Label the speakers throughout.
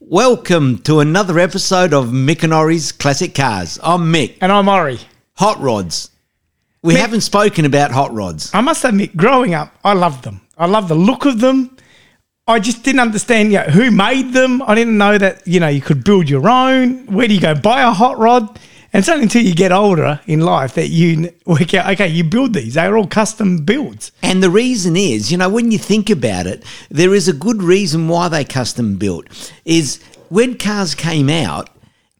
Speaker 1: Welcome to another episode of Mick and Ori's Classic Cars. I'm Mick.
Speaker 2: And I'm Ori.
Speaker 1: Hot rods. We
Speaker 2: Mick-
Speaker 1: haven't spoken about hot rods.
Speaker 2: I must admit, growing up, I loved them. I loved the look of them. I just didn't understand you know, who made them. I didn't know that you know you could build your own. Where do you go buy a hot rod? And it's only until you get older in life that you n- work out. Okay, you build these. They are all custom builds.
Speaker 1: And the reason is, you know, when you think about it, there is a good reason why they custom built. Is when cars came out,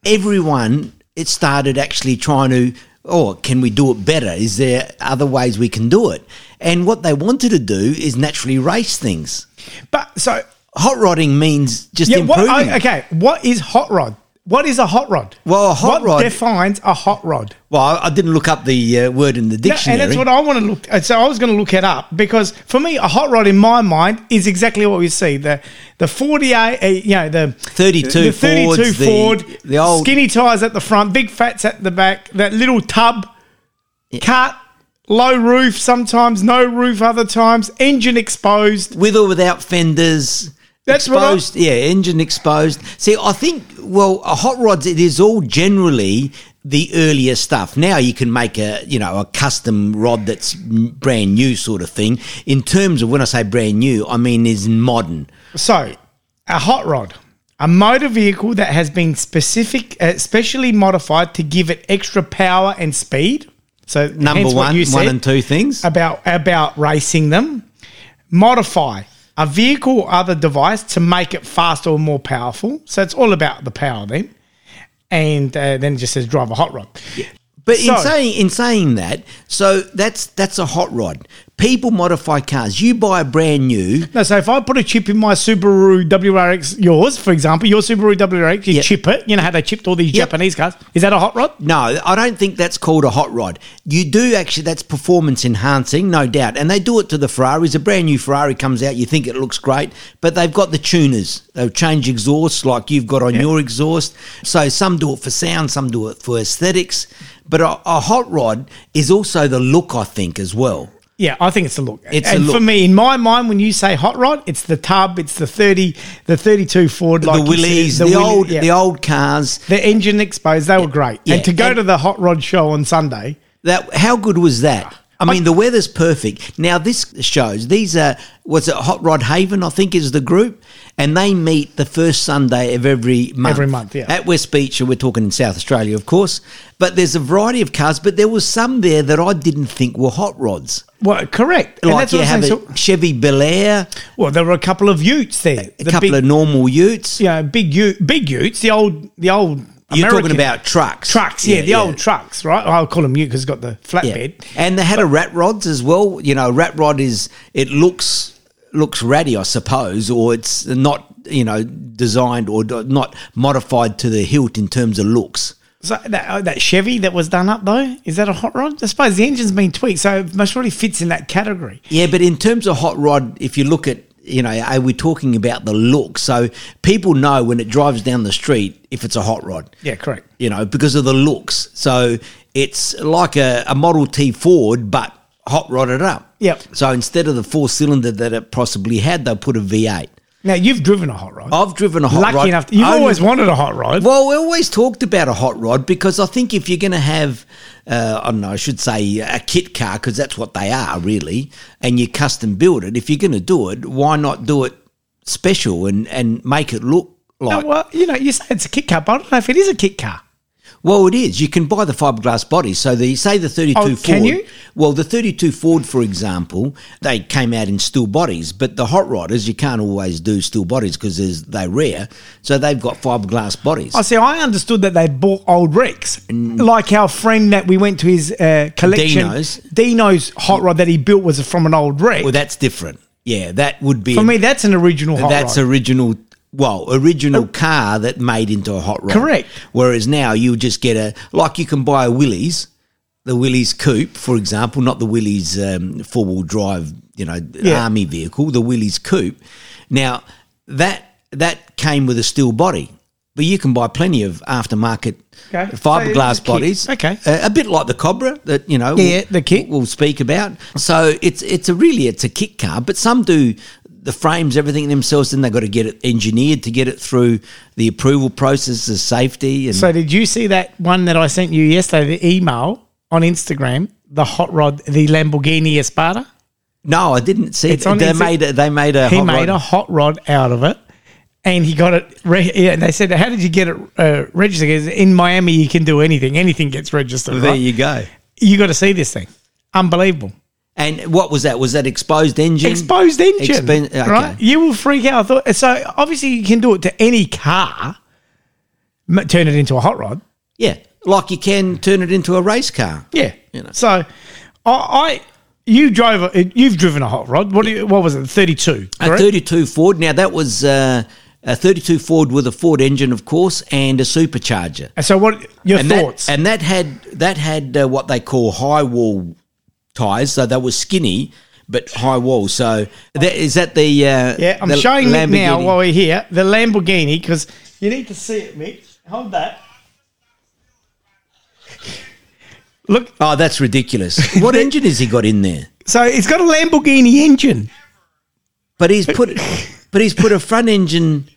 Speaker 1: everyone it started actually trying to oh, can we do it better? Is there other ways we can do it? And what they wanted to do is naturally race things.
Speaker 2: But so
Speaker 1: Hot rodding means just
Speaker 2: yeah, what,
Speaker 1: improving.
Speaker 2: I, okay. What is hot rod? What is a hot rod?
Speaker 1: Well, a hot
Speaker 2: what
Speaker 1: rod-
Speaker 2: defines a hot rod.
Speaker 1: Well, I I didn't look up the uh, word in the
Speaker 2: Yeah,
Speaker 1: dictionary.
Speaker 2: and that's what I want to look. and So I was going to look it up because for me, a hot rod in my mind is exactly what we see the the forty eight, uh, you know, the
Speaker 1: 32
Speaker 2: the thirty two
Speaker 1: Fords, the-
Speaker 2: Ford,
Speaker 1: the old-
Speaker 2: skinny tires at the front, big fats at the back, that little tub, cut, low roof sometimes, no roof other times, engine exposed.
Speaker 1: with or without fenders.
Speaker 2: That's what I-
Speaker 1: exposed, yeah, engine exposed. See, I think well, a hot rods it is all generally the earlier stuff. Now you can make a you know a custom rod that's m- brand new sort of thing. In terms of when I say brand new, I mean is modern.
Speaker 2: So, a hot rod, a motor vehicle that has been specific, uh, specially modified to give it extra power and speed. So
Speaker 1: Number
Speaker 2: hence what
Speaker 1: one,
Speaker 2: you
Speaker 1: one
Speaker 2: said.
Speaker 1: and two things.
Speaker 2: about about racing them. Modify a vehicle or other device to make it faster or more powerful. So it's all about the power then. And uh, then it just says drive a hot rod.
Speaker 1: But in
Speaker 2: So-
Speaker 1: saying in saying that, so that's that's a hot rod. People modify cars. You buy a brand new.
Speaker 2: No, so if I put a chip in my Subaru WRX, yours for example, your Subaru WRX, you
Speaker 1: Yep.
Speaker 2: chip it. You know how they chipped all these
Speaker 1: Yep.
Speaker 2: Japanese cars. Is that a hot rod?
Speaker 1: No, I don't think that's called a hot rod. You do actually, that's performance enhancing, no doubt. And they do it to the Ferraris. A brand new Ferrari comes out, you think it looks great, but they've got the tuners. They've changed exhausts like you've got on your exhaust. So some do it for sound, some do it for aesthetics. But a, a hot rod is also the look, I think, as well.
Speaker 2: Yeah, I think it's the look.
Speaker 1: It's
Speaker 2: and
Speaker 1: the
Speaker 2: for
Speaker 1: look.
Speaker 2: me, in my mind, when you say hot rod, it's the tub, it's the thirty, the thirty-two Ford, like
Speaker 1: the
Speaker 2: you said,
Speaker 1: Willys, the,
Speaker 2: Willy-
Speaker 1: old,
Speaker 2: yeah.
Speaker 1: the old cars.
Speaker 2: The engine exposed, they were great.
Speaker 1: Yeah,
Speaker 2: And to go
Speaker 1: and-
Speaker 2: to the hot rod show on Sunday,
Speaker 1: That how good was that? I mean, the weather's perfect. Now this shows these are was it Hot Rod Haven? I think is the group, and they meet the first Sunday of every month.
Speaker 2: Every month, yeah.
Speaker 1: At West Beach, and we're talking in South Australia, of course. But there's a variety of cars, but there was some there that I didn't think were hot rods.
Speaker 2: well, correct. and
Speaker 1: Like
Speaker 2: that's
Speaker 1: you
Speaker 2: what I'm
Speaker 1: have
Speaker 2: saying.
Speaker 1: a Chevy Bel Air,
Speaker 2: So- well, there were a couple of Utes there.
Speaker 1: a couple
Speaker 2: big,
Speaker 1: of normal Utes.
Speaker 2: you know, big Ute, big Utes. The old, the old.
Speaker 1: You're
Speaker 2: American
Speaker 1: talking about trucks,
Speaker 2: trucks, yeah, the old trucks, right? I'll call them Ute because it's got the flatbed.
Speaker 1: And they had a rat rods as well. You know, rat rod is it looks looks ratty, I suppose, or it's not you know designed or d- not modified to the hilt in terms of looks.
Speaker 2: So that, uh, that Chevy that was done up though, is that a hot rod? I suppose the engine's been tweaked, so it most probably fits in that category.
Speaker 1: Yeah, but in terms of hot rod, if you look at you know, are we talking about the look? So people know when it drives down the street if it's a hot rod.
Speaker 2: Yeah, correct.
Speaker 1: you know, because of the looks. So it's like a, a Model T Ford, but hot rodded up.
Speaker 2: Yep.
Speaker 1: So instead of the four cylinder that it possibly had, they put a V8.
Speaker 2: Now you've driven a hot rod.
Speaker 1: I've driven a Oh, hot
Speaker 2: Lucky
Speaker 1: rod. Oh,
Speaker 2: enough, you've
Speaker 1: only-
Speaker 2: always wanted a hot rod.
Speaker 1: Well, we always talked about a hot rod because I think if you're going to have, uh, I don't know, I should say a kit car because that's what they are really, and you custom build it. If you're going to do it, why not do it special and and make it look
Speaker 2: No,
Speaker 1: like
Speaker 2: well, you know, you say it's a kit car, but I don't know if it is a kit car.
Speaker 1: Well, it is. You can buy the fiberglass body. So the say the 32
Speaker 2: Oh,
Speaker 1: Ford.
Speaker 2: can you?
Speaker 1: Well, the 32 Ford, for example, they came out in steel bodies, but the hot rodders you can't always do steel bodies because they're rare. So they've got fiberglass bodies.
Speaker 2: I see. I understood that they bought old Rex, like our friend that we went to his uh, collection.
Speaker 1: Mm. Dino's.
Speaker 2: Dino's hot rod that he built was from an old Rex.
Speaker 1: well, that's different. Yeah, that would be.
Speaker 2: For me, that's an original hot
Speaker 1: that's
Speaker 2: rod. Oh.
Speaker 1: original. Well, original car that made into a hot rod.
Speaker 2: Correct.
Speaker 1: Whereas now you just get a like you can buy a Willys, the Willys coupe, for example, not the Willys um, four wheel drive, you know,
Speaker 2: Yeah.
Speaker 1: army vehicle, the Willys coupe. Now that that came with a steel body. But you can buy plenty of aftermarket
Speaker 2: Okay.
Speaker 1: fiberglass
Speaker 2: So
Speaker 1: bodies.
Speaker 2: it's a kit.
Speaker 1: Uh,
Speaker 2: Okay.
Speaker 1: a, a bit like the Cobra that you know.
Speaker 2: Yeah, the kit.
Speaker 1: we'll speak about. So it's it's a really it's a kit car, but some do the frames, everything themselves. Then they've got to get it engineered to get it through the approval process, the safety, and
Speaker 2: So did you see that one that I sent you yesterday, the email on Instagram, the hot rod, the Lamborghini Espada?
Speaker 1: no, I didn't see
Speaker 2: It's
Speaker 1: it.
Speaker 2: on
Speaker 1: They
Speaker 2: Insta-
Speaker 1: made a, they made a
Speaker 2: He
Speaker 1: hot
Speaker 2: made
Speaker 1: rod.
Speaker 2: a hot rod out of it. And he got it. Re- yeah, and they said, "How did you get it uh, registered?" Because in Miami, you can do anything. Anything gets registered.
Speaker 1: there
Speaker 2: right?
Speaker 1: you go.
Speaker 2: you got to see this thing. Unbelievable.
Speaker 1: And what was that? Was that exposed engine?
Speaker 2: Exposed engine.
Speaker 1: Expen- okay.
Speaker 2: Right? You will freak out. I thought- So obviously you can do it to any car, m- turn it into a hot rod.
Speaker 1: Yeah, like you can turn it into a race car.
Speaker 2: Yeah.
Speaker 1: You know.
Speaker 2: So I, I you drove a, you've driven a hot rod. What do you, what was it? 32.
Speaker 1: A
Speaker 2: correct?
Speaker 1: 32 Ford. Now that was uh, a 32 Ford with a Ford engine, of course, and a supercharger.
Speaker 2: And so what your
Speaker 1: and
Speaker 2: thoughts?
Speaker 1: That, and that had that had uh, what they call high wall tires, so they were skinny but high wall. So that, is that the uh,
Speaker 2: yeah, I'm
Speaker 1: the
Speaker 2: showing Nick now
Speaker 1: Lamborghini?
Speaker 2: while we're here the Lamborghini because you need to see it, Mick. Hold that. Look,
Speaker 1: Oh, that's ridiculous! What engine has he got in there?
Speaker 2: so it's got a Lamborghini engine.
Speaker 1: But he's put but he's put a front engine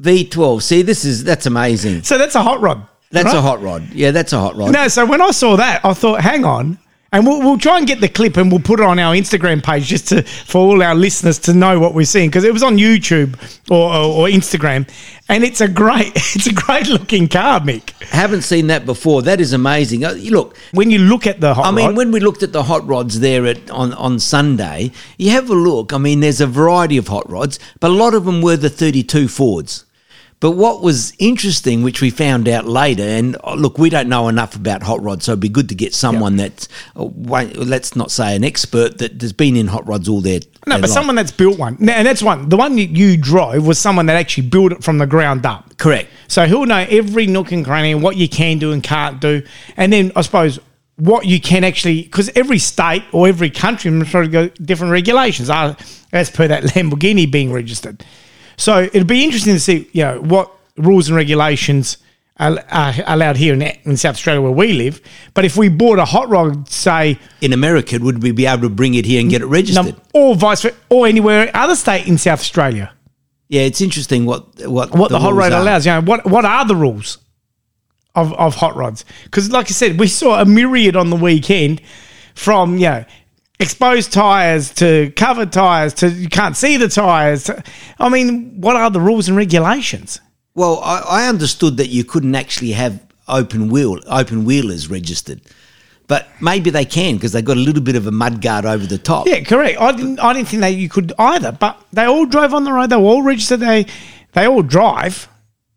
Speaker 1: V12. See, this is that's amazing.
Speaker 2: So that's a hot rod.
Speaker 1: That's
Speaker 2: right?
Speaker 1: a hot rod. Yeah, that's a hot rod.
Speaker 2: No, so when I saw that, I thought, hang on. And we'll, we'll try and get the clip and we'll put it on our Instagram page just to for all our listeners to know what we're seeing because it was on YouTube or, or, or Instagram, and it's a great it's a great looking car, Mick.
Speaker 1: Haven't seen that before. That is amazing. Uh, Look,
Speaker 2: When you look at the hot
Speaker 1: I mean,
Speaker 2: rod,
Speaker 1: when we looked at the hot rods there at, on, on Sunday, you have a look. I mean, there's a variety of hot rods, but a lot of them were the 32 Fords. But what was interesting, which we found out later, and oh, look, we don't know enough about hot rods, so it'd be good to get someone that's, uh, wait, let's not say an expert, that has been in hot rods all their
Speaker 2: no,
Speaker 1: their
Speaker 2: but
Speaker 1: life.
Speaker 2: someone that's built one, No, and that's one. The one that you drove was someone that actually built it from the ground up.
Speaker 1: Correct.
Speaker 2: So he'll know every nook and cranny and what you can do and can't do. And then I suppose what you can actually, because every state or every country has got different regulations uh, as per that Lamborghini being registered. So it'll be interesting to see, you know, what rules and regulations are, are allowed here in, in South Australia where we live. But if we bought a hot rod, say,
Speaker 1: In America, would we be able to bring it here and get it registered?
Speaker 2: num- or vice versa, or anywhere other state in South Australia,
Speaker 1: yeah, it's interesting what what,
Speaker 2: what the, hot
Speaker 1: rules
Speaker 2: rod
Speaker 1: are.
Speaker 2: allows. You know, what what are the rules of of hot rods? Because like I said, we saw a myriad on the weekend from you know exposed tires to covered tires to you can't see the tires. to- I mean, what are the rules and regulations?
Speaker 1: Well, I, I understood that you couldn't actually have open wheel open wheelers registered, but maybe they can because they've got a little bit of a mudguard over the top.
Speaker 2: Yeah, correct. I didn't I didn't think that you could either, but they all drove on the road. They were all registered. They they all drive,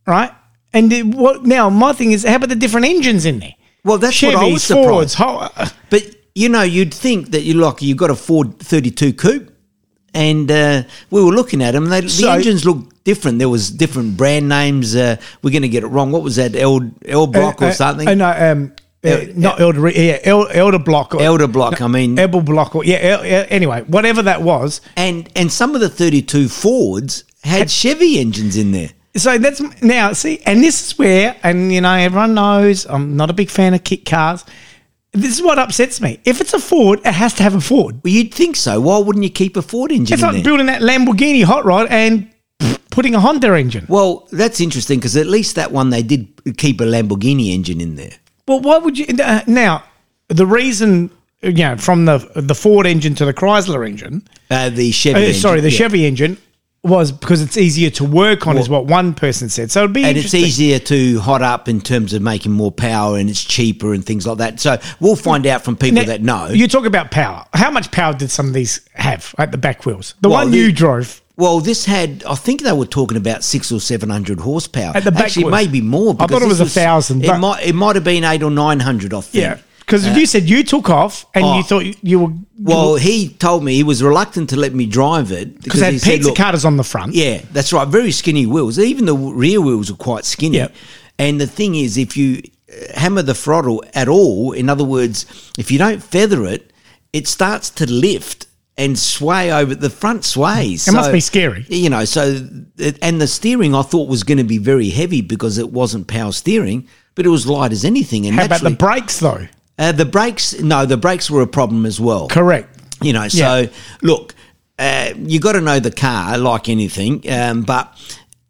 Speaker 2: right? And it- what now? My thing is, how about the different engines in there?
Speaker 1: Well, that's what I was
Speaker 2: Chevys,
Speaker 1: surprised.
Speaker 2: Fords, ho-
Speaker 1: But you know, you'd think that you like you've got a Ford 32 coupe, and uh, we were looking at them. And they, the
Speaker 2: So-
Speaker 1: engines looked different. There was different brand names. Uh, we're going to get it wrong. What was that? L L block or
Speaker 2: Uh,
Speaker 1: something?
Speaker 2: Uh, no, um, uh, not elder, yeah, El- elder block, or,
Speaker 1: Elder block. I mean,
Speaker 2: elbow block, or yeah. El- El- anyway, whatever that was.
Speaker 1: and and some of the 32 Fords had Chevy engines in there.
Speaker 2: So that's now see, and this is where, and you know, everyone knows I'm not a big fan of kit cars. This is what upsets me. If it's a Ford, it has to have a Ford.
Speaker 1: Well, you'd think so. Why wouldn't you keep a Ford engine
Speaker 2: It's
Speaker 1: in
Speaker 2: like
Speaker 1: there?
Speaker 2: building that Lamborghini hot rod and putting a Honda engine.
Speaker 1: Well, that's interesting because at least that one they did keep a Lamborghini engine in there.
Speaker 2: Well, why would you uh, now? The reason, you know, from the the Ford engine to the Chrysler engine,
Speaker 1: Uh, the Chevy.
Speaker 2: Uh,
Speaker 1: engine,
Speaker 2: sorry, the
Speaker 1: yeah.
Speaker 2: Chevy engine was because it's easier to work on, is what one person said. So it'd be
Speaker 1: And it's
Speaker 2: interesting.
Speaker 1: easier to hot up in terms of making more power, and it's cheaper and things like that. So we'll find out from people
Speaker 2: Now,
Speaker 1: that know.
Speaker 2: You talk about power. How much power did some of these have at the back wheels? The
Speaker 1: Well,
Speaker 2: one
Speaker 1: the-
Speaker 2: you drove.
Speaker 1: well, this had, I think they were talking about six or seven hundred horsepower.
Speaker 2: At the back
Speaker 1: Actually,
Speaker 2: was-
Speaker 1: maybe more.
Speaker 2: I thought
Speaker 1: because
Speaker 2: it was
Speaker 1: this
Speaker 2: a thousand,
Speaker 1: It
Speaker 2: but-
Speaker 1: might, it might have been eight or nine hundred. I think.
Speaker 2: Yeah. Because if you said you took off and
Speaker 1: Uh, Oh.
Speaker 2: you thought you- you were.
Speaker 1: Well, he told me he was reluctant to let me drive it
Speaker 2: because they
Speaker 1: he
Speaker 2: had
Speaker 1: said,
Speaker 2: pizza
Speaker 1: "Look,
Speaker 2: cutters on the front.
Speaker 1: Yeah, that's right. Very skinny wheels. Even the w- rear wheels are quite skinny.
Speaker 2: Yep.
Speaker 1: And the thing is, if you uh, hammer the throttle at all, in other words, if you don't feather it, it starts to lift and sway over. The front sways.
Speaker 2: It must be scary.
Speaker 1: You know, so, it- and the steering I thought was going to be very heavy because it wasn't power steering, but it was light as anything. And
Speaker 2: How about the
Speaker 1: naturally-
Speaker 2: brakes, though?
Speaker 1: uh, the brakes, no, the brakes were a problem as well
Speaker 2: Correct.
Speaker 1: you know so
Speaker 2: Yeah.
Speaker 1: look uh, you got to know the car like anything, um, but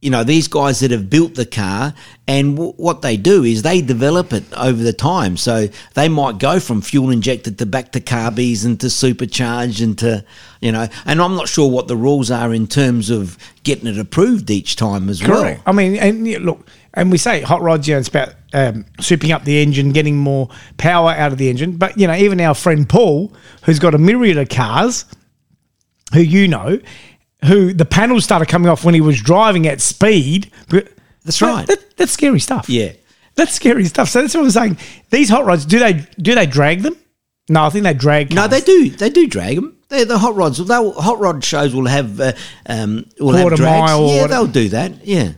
Speaker 1: you know these guys that have built the car and w- what they do is they develop it over the time so they might go from fuel injected to back to carbies and to supercharged and to you know and i'm not sure what the rules are in terms of getting it approved each time as
Speaker 2: Correct. I mean, and yeah, look, and we say hot rods, you know, it's about um, souping up the engine, getting more power out of the engine. But, you know, even our friend Paul, who's got a myriad of cars, who you know, who the panels started coming off when he was driving at speed. But-
Speaker 1: That's
Speaker 2: that-
Speaker 1: right.
Speaker 2: that- that's scary stuff.
Speaker 1: Yeah.
Speaker 2: That's scary stuff. So that's what I'm saying. These hot rods, do they do they drag them? No, I think they drag.
Speaker 1: well no
Speaker 2: cars.
Speaker 1: they do they do drag them they the hot rods they'll, hot rod shows will have uh, um will
Speaker 2: Quarter
Speaker 1: have drags.
Speaker 2: mile or
Speaker 1: yeah
Speaker 2: whatever.
Speaker 1: they'll do that yeah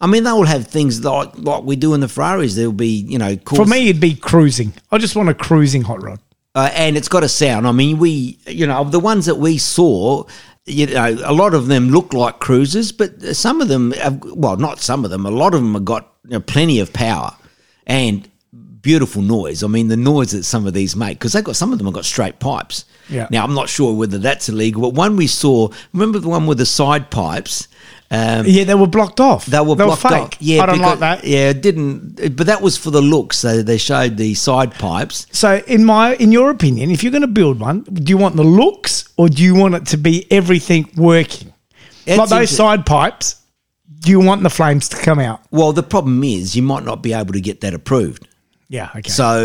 Speaker 1: I mean, they will have things like like we do in the Ferraris. There'll be, you know,
Speaker 2: For
Speaker 1: course-
Speaker 2: me, it'd be cruising. I just want a cruising hot rod.
Speaker 1: uh, and it's got a sound. I mean, we, you know, the ones that we saw, you know, a lot of them look like cruisers, but some of them, have, well, not some of them, a lot of them have got you know, plenty of power and beautiful noise. I mean, the noise that some of these make because they got some of them have got straight pipes.
Speaker 2: Yeah.
Speaker 1: Now I'm not sure whether that's illegal, but one we saw, remember the one with the side pipes. Um,
Speaker 2: Yeah, they were blocked off.
Speaker 1: they were blocked
Speaker 2: fake.
Speaker 1: off. Yeah,
Speaker 2: I don't
Speaker 1: because-
Speaker 2: like that.
Speaker 1: Yeah, it didn't. But that was for the look. So they showed the side pipes.
Speaker 2: So, in my in your opinion, if you're going to build one, do you want the looks or do you want it to be everything working?
Speaker 1: That's
Speaker 2: like those
Speaker 1: inter-
Speaker 2: side pipes, do you want the flames to come out?
Speaker 1: Well, the problem is you might not be able to get that approved.
Speaker 2: Yeah. Okay.
Speaker 1: So,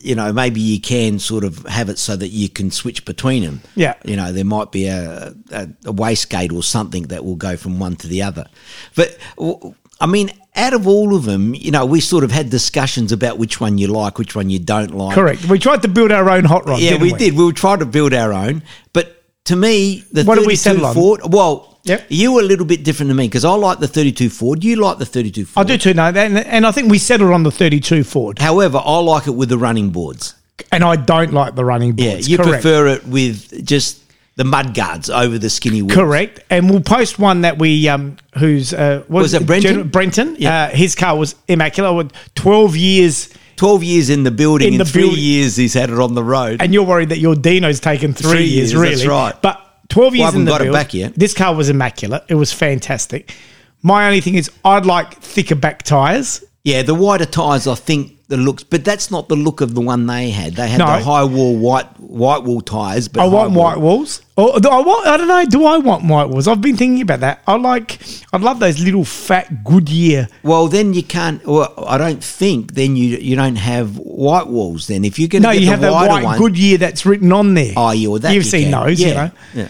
Speaker 1: you know, maybe you can sort of have it so that you can switch between them.
Speaker 2: Yeah.
Speaker 1: You know, there might be a, a, a wastegate or something that will go from one to the other. But, w- I mean, out of all of them, you know, we sort of had discussions about which one you like, which one you don't like.
Speaker 2: Correct. We tried to build our own hot rod.
Speaker 1: Yeah,
Speaker 2: didn't
Speaker 1: we, did. We were trying to build our own, but to me, the
Speaker 2: What did
Speaker 1: 32
Speaker 2: we settle on?
Speaker 1: Ford. Well,
Speaker 2: Yep.
Speaker 1: you were a little bit different to me because I like the 32 Ford. You like the 32
Speaker 2: I
Speaker 1: Ford.
Speaker 2: do too. No, and, and I think we settled on the 32 Ford,
Speaker 1: However, I like it with the running boards.
Speaker 2: and I don't like the running
Speaker 1: Yeah,
Speaker 2: boards.
Speaker 1: you
Speaker 2: Correct.
Speaker 1: prefer it with just the mud guards over the skinny wheels.
Speaker 2: Correct. And we'll post one that we um who's uh what
Speaker 1: Was it Brenton?
Speaker 2: Brenton.
Speaker 1: Yeah.
Speaker 2: Uh, his car was immaculate. With Twelve years,
Speaker 1: Twelve years in the building,
Speaker 2: In
Speaker 1: in
Speaker 2: the
Speaker 1: three
Speaker 2: building.
Speaker 1: years he's had it on the road.
Speaker 2: and you're worried that your Dino's taken three,
Speaker 1: Three
Speaker 2: years,
Speaker 1: years,
Speaker 2: really.
Speaker 1: that's right.
Speaker 2: But twelve years
Speaker 1: haven't
Speaker 2: in the
Speaker 1: got it
Speaker 2: build,
Speaker 1: back yet.
Speaker 2: This car was immaculate. It was fantastic. My only thing is, I'd like thicker back tires.
Speaker 1: yeah, the wider tires, I think the looks, but that's not the look of the one they had. They had
Speaker 2: No.
Speaker 1: the high wall white white wall tires. But
Speaker 2: I
Speaker 1: high
Speaker 2: want
Speaker 1: wall-
Speaker 2: white walls. Or do I want? I don't know. Do I want white walls? I've been thinking about that. I like. I love those little fat Goodyear.
Speaker 1: Well, then you can't. Well, I don't think then you you don't have white walls. Then if you can
Speaker 2: No,
Speaker 1: get
Speaker 2: you
Speaker 1: the
Speaker 2: have that
Speaker 1: wider
Speaker 2: white
Speaker 1: one,
Speaker 2: Goodyear that's written on there.
Speaker 1: oh, yeah, well, that
Speaker 2: You've
Speaker 1: you
Speaker 2: seen
Speaker 1: can.
Speaker 2: those,
Speaker 1: yeah,
Speaker 2: you know.
Speaker 1: yeah.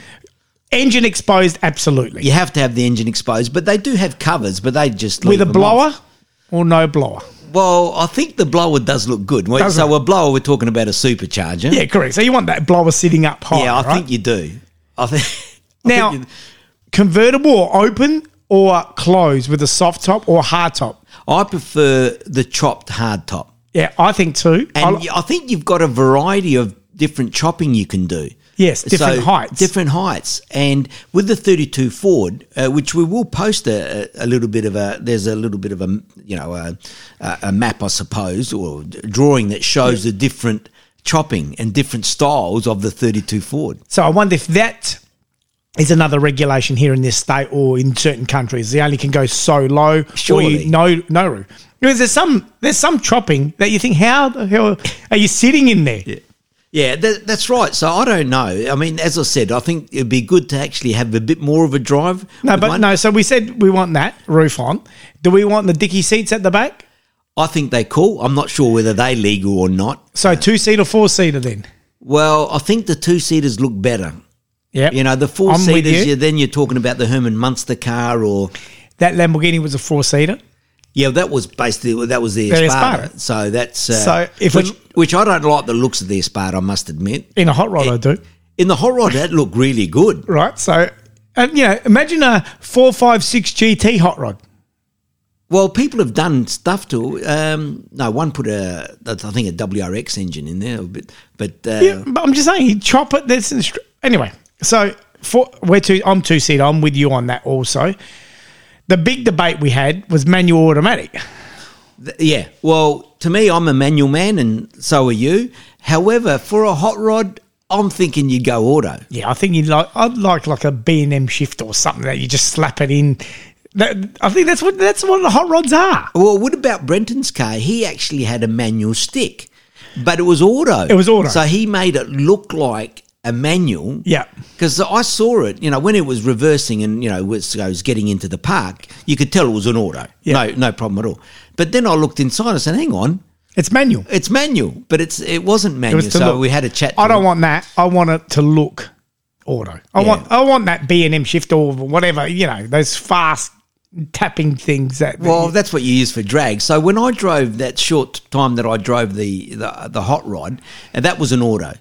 Speaker 2: Engine exposed, absolutely.
Speaker 1: You have to have the engine exposed, but they do have covers, but they just
Speaker 2: With
Speaker 1: leave
Speaker 2: a
Speaker 1: them off.
Speaker 2: blower or no blower.
Speaker 1: Well, I think the blower does look good. Well,
Speaker 2: Doesn't
Speaker 1: so
Speaker 2: it?
Speaker 1: a blower, we're talking about a supercharger.
Speaker 2: Yeah, correct. So you want that blower sitting up high.
Speaker 1: yeah, I
Speaker 2: right?
Speaker 1: think you do. I think I
Speaker 2: Now-
Speaker 1: think you-
Speaker 2: convertible or open or closed with a soft top or hard top.
Speaker 1: I prefer the chopped hard top,
Speaker 2: Yeah, I think too. I
Speaker 1: and
Speaker 2: li-
Speaker 1: I, think you've got a variety of different chopping you can do.
Speaker 2: Yes, different heights.
Speaker 1: different heights, and with the 32 Ford, uh, which we will post a, a a little bit of a. There's a little bit of a you know a, a a map, I suppose, or a drawing that shows the different chopping and different styles of the 32 Ford.
Speaker 2: so I wonder if that is another regulation here in this state or in certain countries. They only can go so low or
Speaker 1: Surely.
Speaker 2: you no no roof. Because there's some there's some chopping that you think how the hell are you sitting in there?
Speaker 1: Yeah, that, that's right. So I don't know. I mean, as I said, I think it'd be good to actually have a bit more of a drive.
Speaker 2: No,
Speaker 1: with
Speaker 2: but
Speaker 1: one.
Speaker 2: no. So we said we want that roof on. Do we want the dicky seats at the back?
Speaker 1: I think they cool. I'm not sure whether they legal or not.
Speaker 2: So two seater, four seater then.
Speaker 1: Well, I think the two seaters look better.
Speaker 2: Yeah,
Speaker 1: You know, the four
Speaker 2: I'm with
Speaker 1: seaters.
Speaker 2: you.
Speaker 1: You. Then you're talking about the Herman Munster car, or
Speaker 2: that Lamborghini was a four seater.
Speaker 1: yeah, that was basically that was the
Speaker 2: The
Speaker 1: Espada.
Speaker 2: Espada.
Speaker 1: So that's uh,
Speaker 2: So if
Speaker 1: which,
Speaker 2: it-
Speaker 1: which I don't like the looks of the Espada. I must admit.
Speaker 2: In a hot rod, I do.
Speaker 1: In the hot rod, that looked really good.
Speaker 2: Right. So, and you know, imagine a four five six GT hot rod.
Speaker 1: Well, people have done stuff to. Um, no, one put a, I think a WRX engine in there, but but uh,
Speaker 2: Yeah, but I'm just saying, you chop it. That's in str- anyway. So for we're two. I'm two seater. I'm with you on that also. The big debate we had was manual automatic.
Speaker 1: th- yeah. Well, to me, I'm a manual man, and so are you. However, for a hot rod, I'm thinking you go auto.
Speaker 2: Yeah, I think you like. I'd like like a B and M shift or something that you just slap it in. That, I think that's what that's what the hot rods are.
Speaker 1: Well, what about Brenton's car? He actually had a manual stick, but it was auto.
Speaker 2: It was auto.
Speaker 1: So he made it look like a manual.
Speaker 2: Yeah.
Speaker 1: Because I saw it, you know, when it was reversing and, you know, was, I was getting into the park, you could tell it was an auto.
Speaker 2: Yeah.
Speaker 1: No, no problem at all. But then I looked inside and said, hang on,
Speaker 2: It's manual.
Speaker 1: it's manual, but it's it wasn't manual.
Speaker 2: was to
Speaker 1: so
Speaker 2: look.
Speaker 1: we had a chat.
Speaker 2: I
Speaker 1: to
Speaker 2: don't
Speaker 1: it.
Speaker 2: want that. I want it to look auto. I
Speaker 1: Yeah.
Speaker 2: want I want that B and M shift or whatever you know those fast tapping things that. that
Speaker 1: Well,
Speaker 2: you-
Speaker 1: that's what you use for drag. So when I drove that short time that I drove the the, the hot rod, and that was an auto.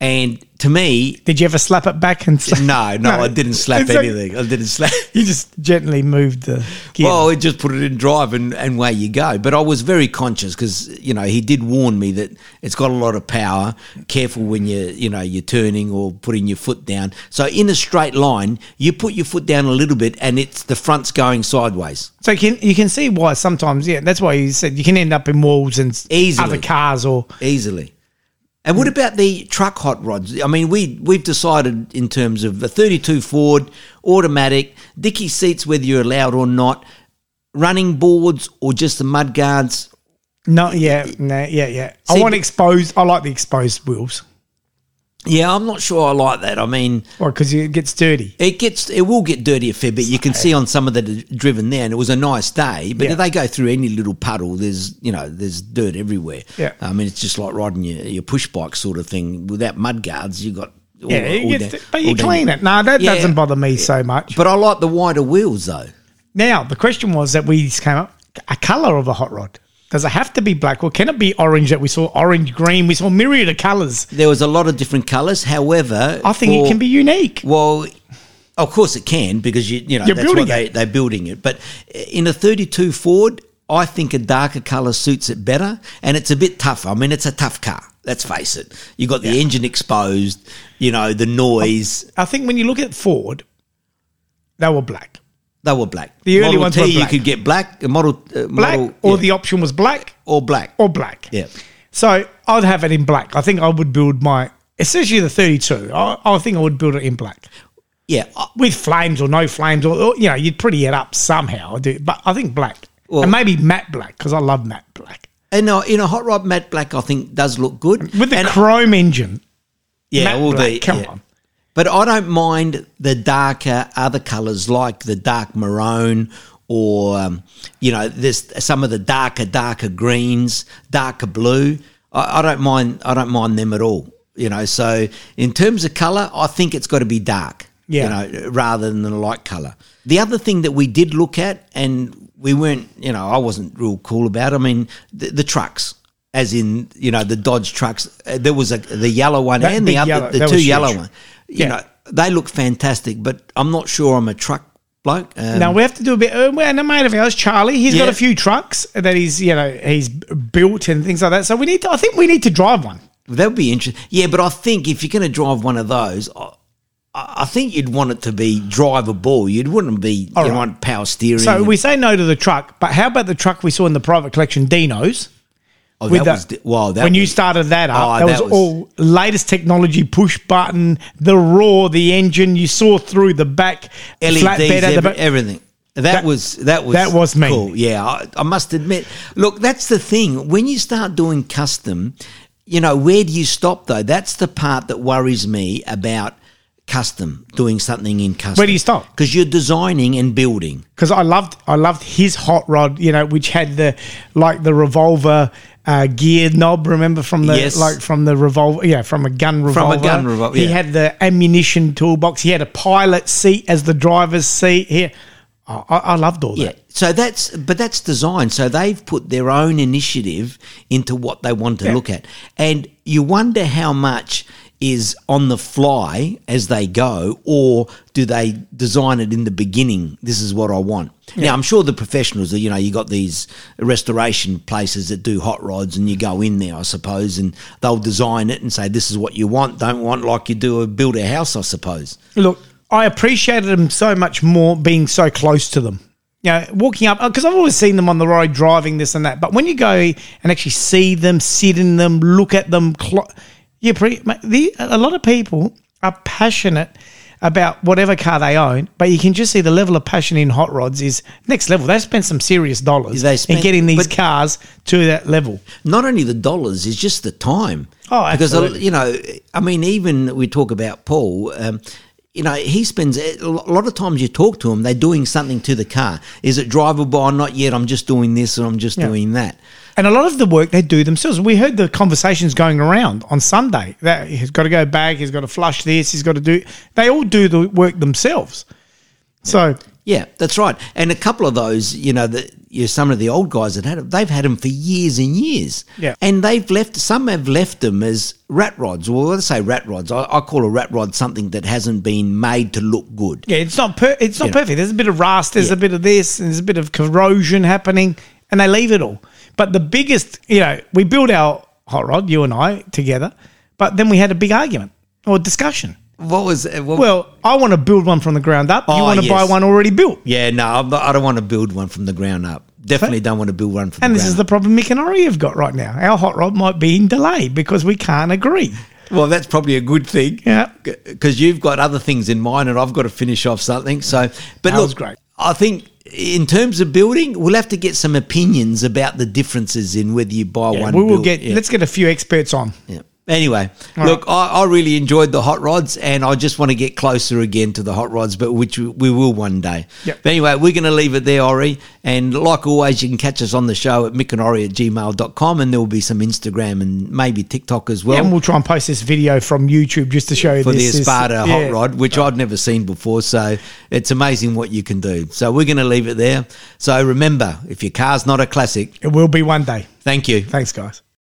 Speaker 1: And to me,
Speaker 2: did you ever slap it back and? Slap,
Speaker 1: no, no, I didn't slap
Speaker 2: It's like-
Speaker 1: anything. I didn't slap.
Speaker 2: You just gently moved the gear.
Speaker 1: Well, I just put it in drive and, and away you go. But I was very conscious because you know he did warn me that it's got a lot of power. Careful when you you know you're turning or putting your foot down. So in a straight line, you put your foot down a little bit, and it's the front's going sideways.
Speaker 2: so you can you can see why sometimes yeah that's why you said you can end up in walls and s-
Speaker 1: Easily.
Speaker 2: other cars or
Speaker 1: easily. And what about the truck hot rods? I mean, we we've decided in terms of the 32 Ford automatic, dicky seats, whether you're allowed or not, running boards or just the mud guards.
Speaker 2: no yeah no yeah yeah I
Speaker 1: See,
Speaker 2: want
Speaker 1: but-
Speaker 2: exposed I like the exposed wheels
Speaker 1: Yeah, I'm not sure I like that. I mean,
Speaker 2: or because it gets dirty
Speaker 1: it gets it will get dirty a fair bit. You can see on some of the d- driven there, and it was a nice day. But
Speaker 2: Yeah.
Speaker 1: if they go through any little puddle, there's you know there's dirt everywhere.
Speaker 2: Yeah.
Speaker 1: I mean, it's just like riding your, your push bike sort of thing without mud guards. You got all,
Speaker 2: yeah it
Speaker 1: all
Speaker 2: gets
Speaker 1: down-
Speaker 2: di- but you
Speaker 1: all down-
Speaker 2: clean it no that
Speaker 1: Yeah.
Speaker 2: doesn't bother me so much
Speaker 1: But I like the wider wheels though.
Speaker 2: Now, the question was that we just came up a color of a hot rod. Does it have to be black or can it be orange that we saw? Orange, green, we saw myriad of colors.
Speaker 1: There was a lot of different colours. However,
Speaker 2: I think
Speaker 1: for-
Speaker 2: it can be unique.
Speaker 1: Well, of course it can because you you know
Speaker 2: You're
Speaker 1: that's what
Speaker 2: building
Speaker 1: they,
Speaker 2: it.
Speaker 1: they're building it. But in a 32 Ford, I think a darker colour suits it better, and it's a bit tougher. I mean, it's a tough car. Let's face it. You got the engine exposed. You know the noise.
Speaker 2: I think when you look at Ford, they were black.
Speaker 1: They were black.
Speaker 2: The early
Speaker 1: Model
Speaker 2: ones
Speaker 1: T,
Speaker 2: were
Speaker 1: you
Speaker 2: black.
Speaker 1: could get black. A model uh,
Speaker 2: Black,
Speaker 1: model,
Speaker 2: or
Speaker 1: yeah,
Speaker 2: the option was black
Speaker 1: or black.
Speaker 2: or black.
Speaker 1: Yeah.
Speaker 2: So I'd have it in black. I think I would build my, especially the 32, I, I think I would build it in black.
Speaker 1: Yeah, I-
Speaker 2: With flames or no flames, or, or, you know, you'd pretty it up somehow. I do, but I think black.
Speaker 1: Well-
Speaker 2: and maybe matte black because I love matte black.
Speaker 1: and uh, in a hot rod matte black, I think does look good
Speaker 2: With the
Speaker 1: And-
Speaker 2: chrome engine,
Speaker 1: Yeah,
Speaker 2: Matte
Speaker 1: all
Speaker 2: black,
Speaker 1: the
Speaker 2: come
Speaker 1: yeah.
Speaker 2: on.
Speaker 1: But I don't mind the darker other colours like the dark maroon or um, you know there's some of the darker darker greens, darker blue. I, I don't mind. I don't mind them at all. You know. So in terms of colour, I think it's got to be dark.
Speaker 2: Yeah.
Speaker 1: You know, rather than a light colour. The other thing that we did look at, and we weren't, you know, I wasn't real cool about. I mean, the, the trucks, as in, you know, the Dodge trucks. Uh, there was a the yellow one
Speaker 2: That
Speaker 1: and the
Speaker 2: big
Speaker 1: other,
Speaker 2: yellow,
Speaker 1: the
Speaker 2: that
Speaker 1: two
Speaker 2: was
Speaker 1: yellow
Speaker 2: huge.
Speaker 1: one. You
Speaker 2: Yeah.
Speaker 1: know, they look fantastic, but I'm not sure I'm a truck bloke. Um,
Speaker 2: Now we have to do a bit. Uh, well, and a mate of ours, Charlie, he's got
Speaker 1: Yeah.
Speaker 2: a few trucks that he's you know he's built and things like that. So we need to. I think we need to drive one.
Speaker 1: that would be interesting. Yeah, but I think if you're going to drive one of those, I, I I think you'd want it to be drivable. You'd wouldn't be you
Speaker 2: right.
Speaker 1: want power steering.
Speaker 2: So
Speaker 1: and-
Speaker 2: we say no to the truck, but how about the truck we saw in the private collection, Dino's?
Speaker 1: oh, that
Speaker 2: with the-
Speaker 1: was di- wow, that
Speaker 2: when you
Speaker 1: was-
Speaker 2: started that up,
Speaker 1: Oh,
Speaker 2: that,
Speaker 1: that
Speaker 2: was,
Speaker 1: was-
Speaker 2: all latest technology, push button, the roar, the engine. You saw through the back
Speaker 1: LEDs,
Speaker 2: flatbed at the
Speaker 1: E every-
Speaker 2: back.
Speaker 1: everything. That, was that was
Speaker 2: that was me.
Speaker 1: Cool. Yeah, I, I must admit. Look, that's the thing. When you start doing custom, you know where do you stop though? That's the part that worries me about custom doing something in custom.
Speaker 2: Where do you stop?
Speaker 1: Because you're designing and building.
Speaker 2: because I loved I loved his hot rod, you know, which had the like the revolver uh, gear knob. Remember from the
Speaker 1: Yes.
Speaker 2: like from the revolver, yeah, from a gun
Speaker 1: From
Speaker 2: revolver.
Speaker 1: a gun revol-
Speaker 2: He
Speaker 1: yeah.
Speaker 2: had the ammunition toolbox. He had a pilot seat as the driver's seat. Here, I, I I loved all
Speaker 1: Yeah.
Speaker 2: that.
Speaker 1: So that's but that's design. So they've put their own initiative into what they want to
Speaker 2: Yeah.
Speaker 1: look at, and you wonder how much is on the fly as they go, or do they design it in the beginning? This is what I want. Now I'm sure the professionals, are, you know, you got these restoration places that do hot rods, and you go in there, I suppose, and they'll design it and say this is what you want, don't want like you do a build a house, I suppose.
Speaker 2: Look, I appreciated them so much more being so close to them. You know, walking up because I've always seen them on the road driving this and that. But when you go and actually see them, sit in them, look at them, clo- Yeah, pre- ma- the, a lot of people are passionate about whatever car they own, but you can just see the level of passion in hot rods is next level. They spent some serious dollars
Speaker 1: They spent-
Speaker 2: in getting these
Speaker 1: but-
Speaker 2: cars to that level.
Speaker 1: not only the dollars, it's just the time.
Speaker 2: Oh,
Speaker 1: Because, uh,
Speaker 2: absolutely.
Speaker 1: you know, I mean, even we talk about Paul. Um, you know, he spends eh, a lot of times. You talk to him; they're doing something to the car. Is it drivable? or not yet. I'm just doing this, and I'm just
Speaker 2: Yeah.
Speaker 1: doing that.
Speaker 2: And a lot of the work they do themselves. We heard the conversations going around on Sunday that he's got to go back, he's got to flush this, he's got to do. They all do the work themselves. So
Speaker 1: Yeah, that's right. And a couple of those, you know, the, you know, some of the old guys that had them, they've had them for years and years.
Speaker 2: Yeah.
Speaker 1: And they've left, some have left them as rat rods. Well, let's say rat rods. I, I call a rat rod something that hasn't been made to look good.
Speaker 2: yeah, it's not per- it's not
Speaker 1: Yeah.
Speaker 2: perfect. There's a bit of rust, there's
Speaker 1: Yeah.
Speaker 2: a bit of this, and there's a bit of corrosion happening, and they leave it all. But the biggest, you know, we built our hot rod, you and I together, but then we had a big argument or discussion.
Speaker 1: What was it? What,
Speaker 2: Well, I want to build one from the ground up. you
Speaker 1: Oh,
Speaker 2: want to buy
Speaker 1: yes.
Speaker 2: one already built.
Speaker 1: yeah, no, I'm not, I don't want to build one from the ground up. Definitely don't want to build one from
Speaker 2: And
Speaker 1: the
Speaker 2: this is
Speaker 1: ground
Speaker 2: the problem Mick and Ori have got right now. Our hot rod might be in delay because we can't agree.
Speaker 1: up. Well, that's probably a good thing.
Speaker 2: Yeah.
Speaker 1: because you've got other things in mind, and I've got to finish off something. So, but
Speaker 2: That
Speaker 1: look,
Speaker 2: was great.
Speaker 1: I think in terms of building, we'll have to get some opinions about the differences in whether you buy one.
Speaker 2: we will
Speaker 1: built-
Speaker 2: get,
Speaker 1: yeah,
Speaker 2: let's get a few experts on.
Speaker 1: yeah. Anyway, look, I, I really enjoyed the hot rods, and I just want to get closer again to the hot rods, but which we- we will one day.
Speaker 2: Yep.
Speaker 1: But anyway, we're going to leave it there, Ori. And like always, you can catch us on the show at mickandori at gmail.com, and there will be some Instagram and maybe TikTok as well.
Speaker 2: and we'll try and post this video from YouTube just to show you
Speaker 1: for
Speaker 2: this
Speaker 1: the
Speaker 2: is-
Speaker 1: Espada
Speaker 2: yeah.
Speaker 1: hot rod, which I've never seen before. So it's amazing what you can do. So we're going to leave it there. So remember, if your car's not a classic,
Speaker 2: It will be one day.
Speaker 1: thank you.
Speaker 2: Thanks, guys.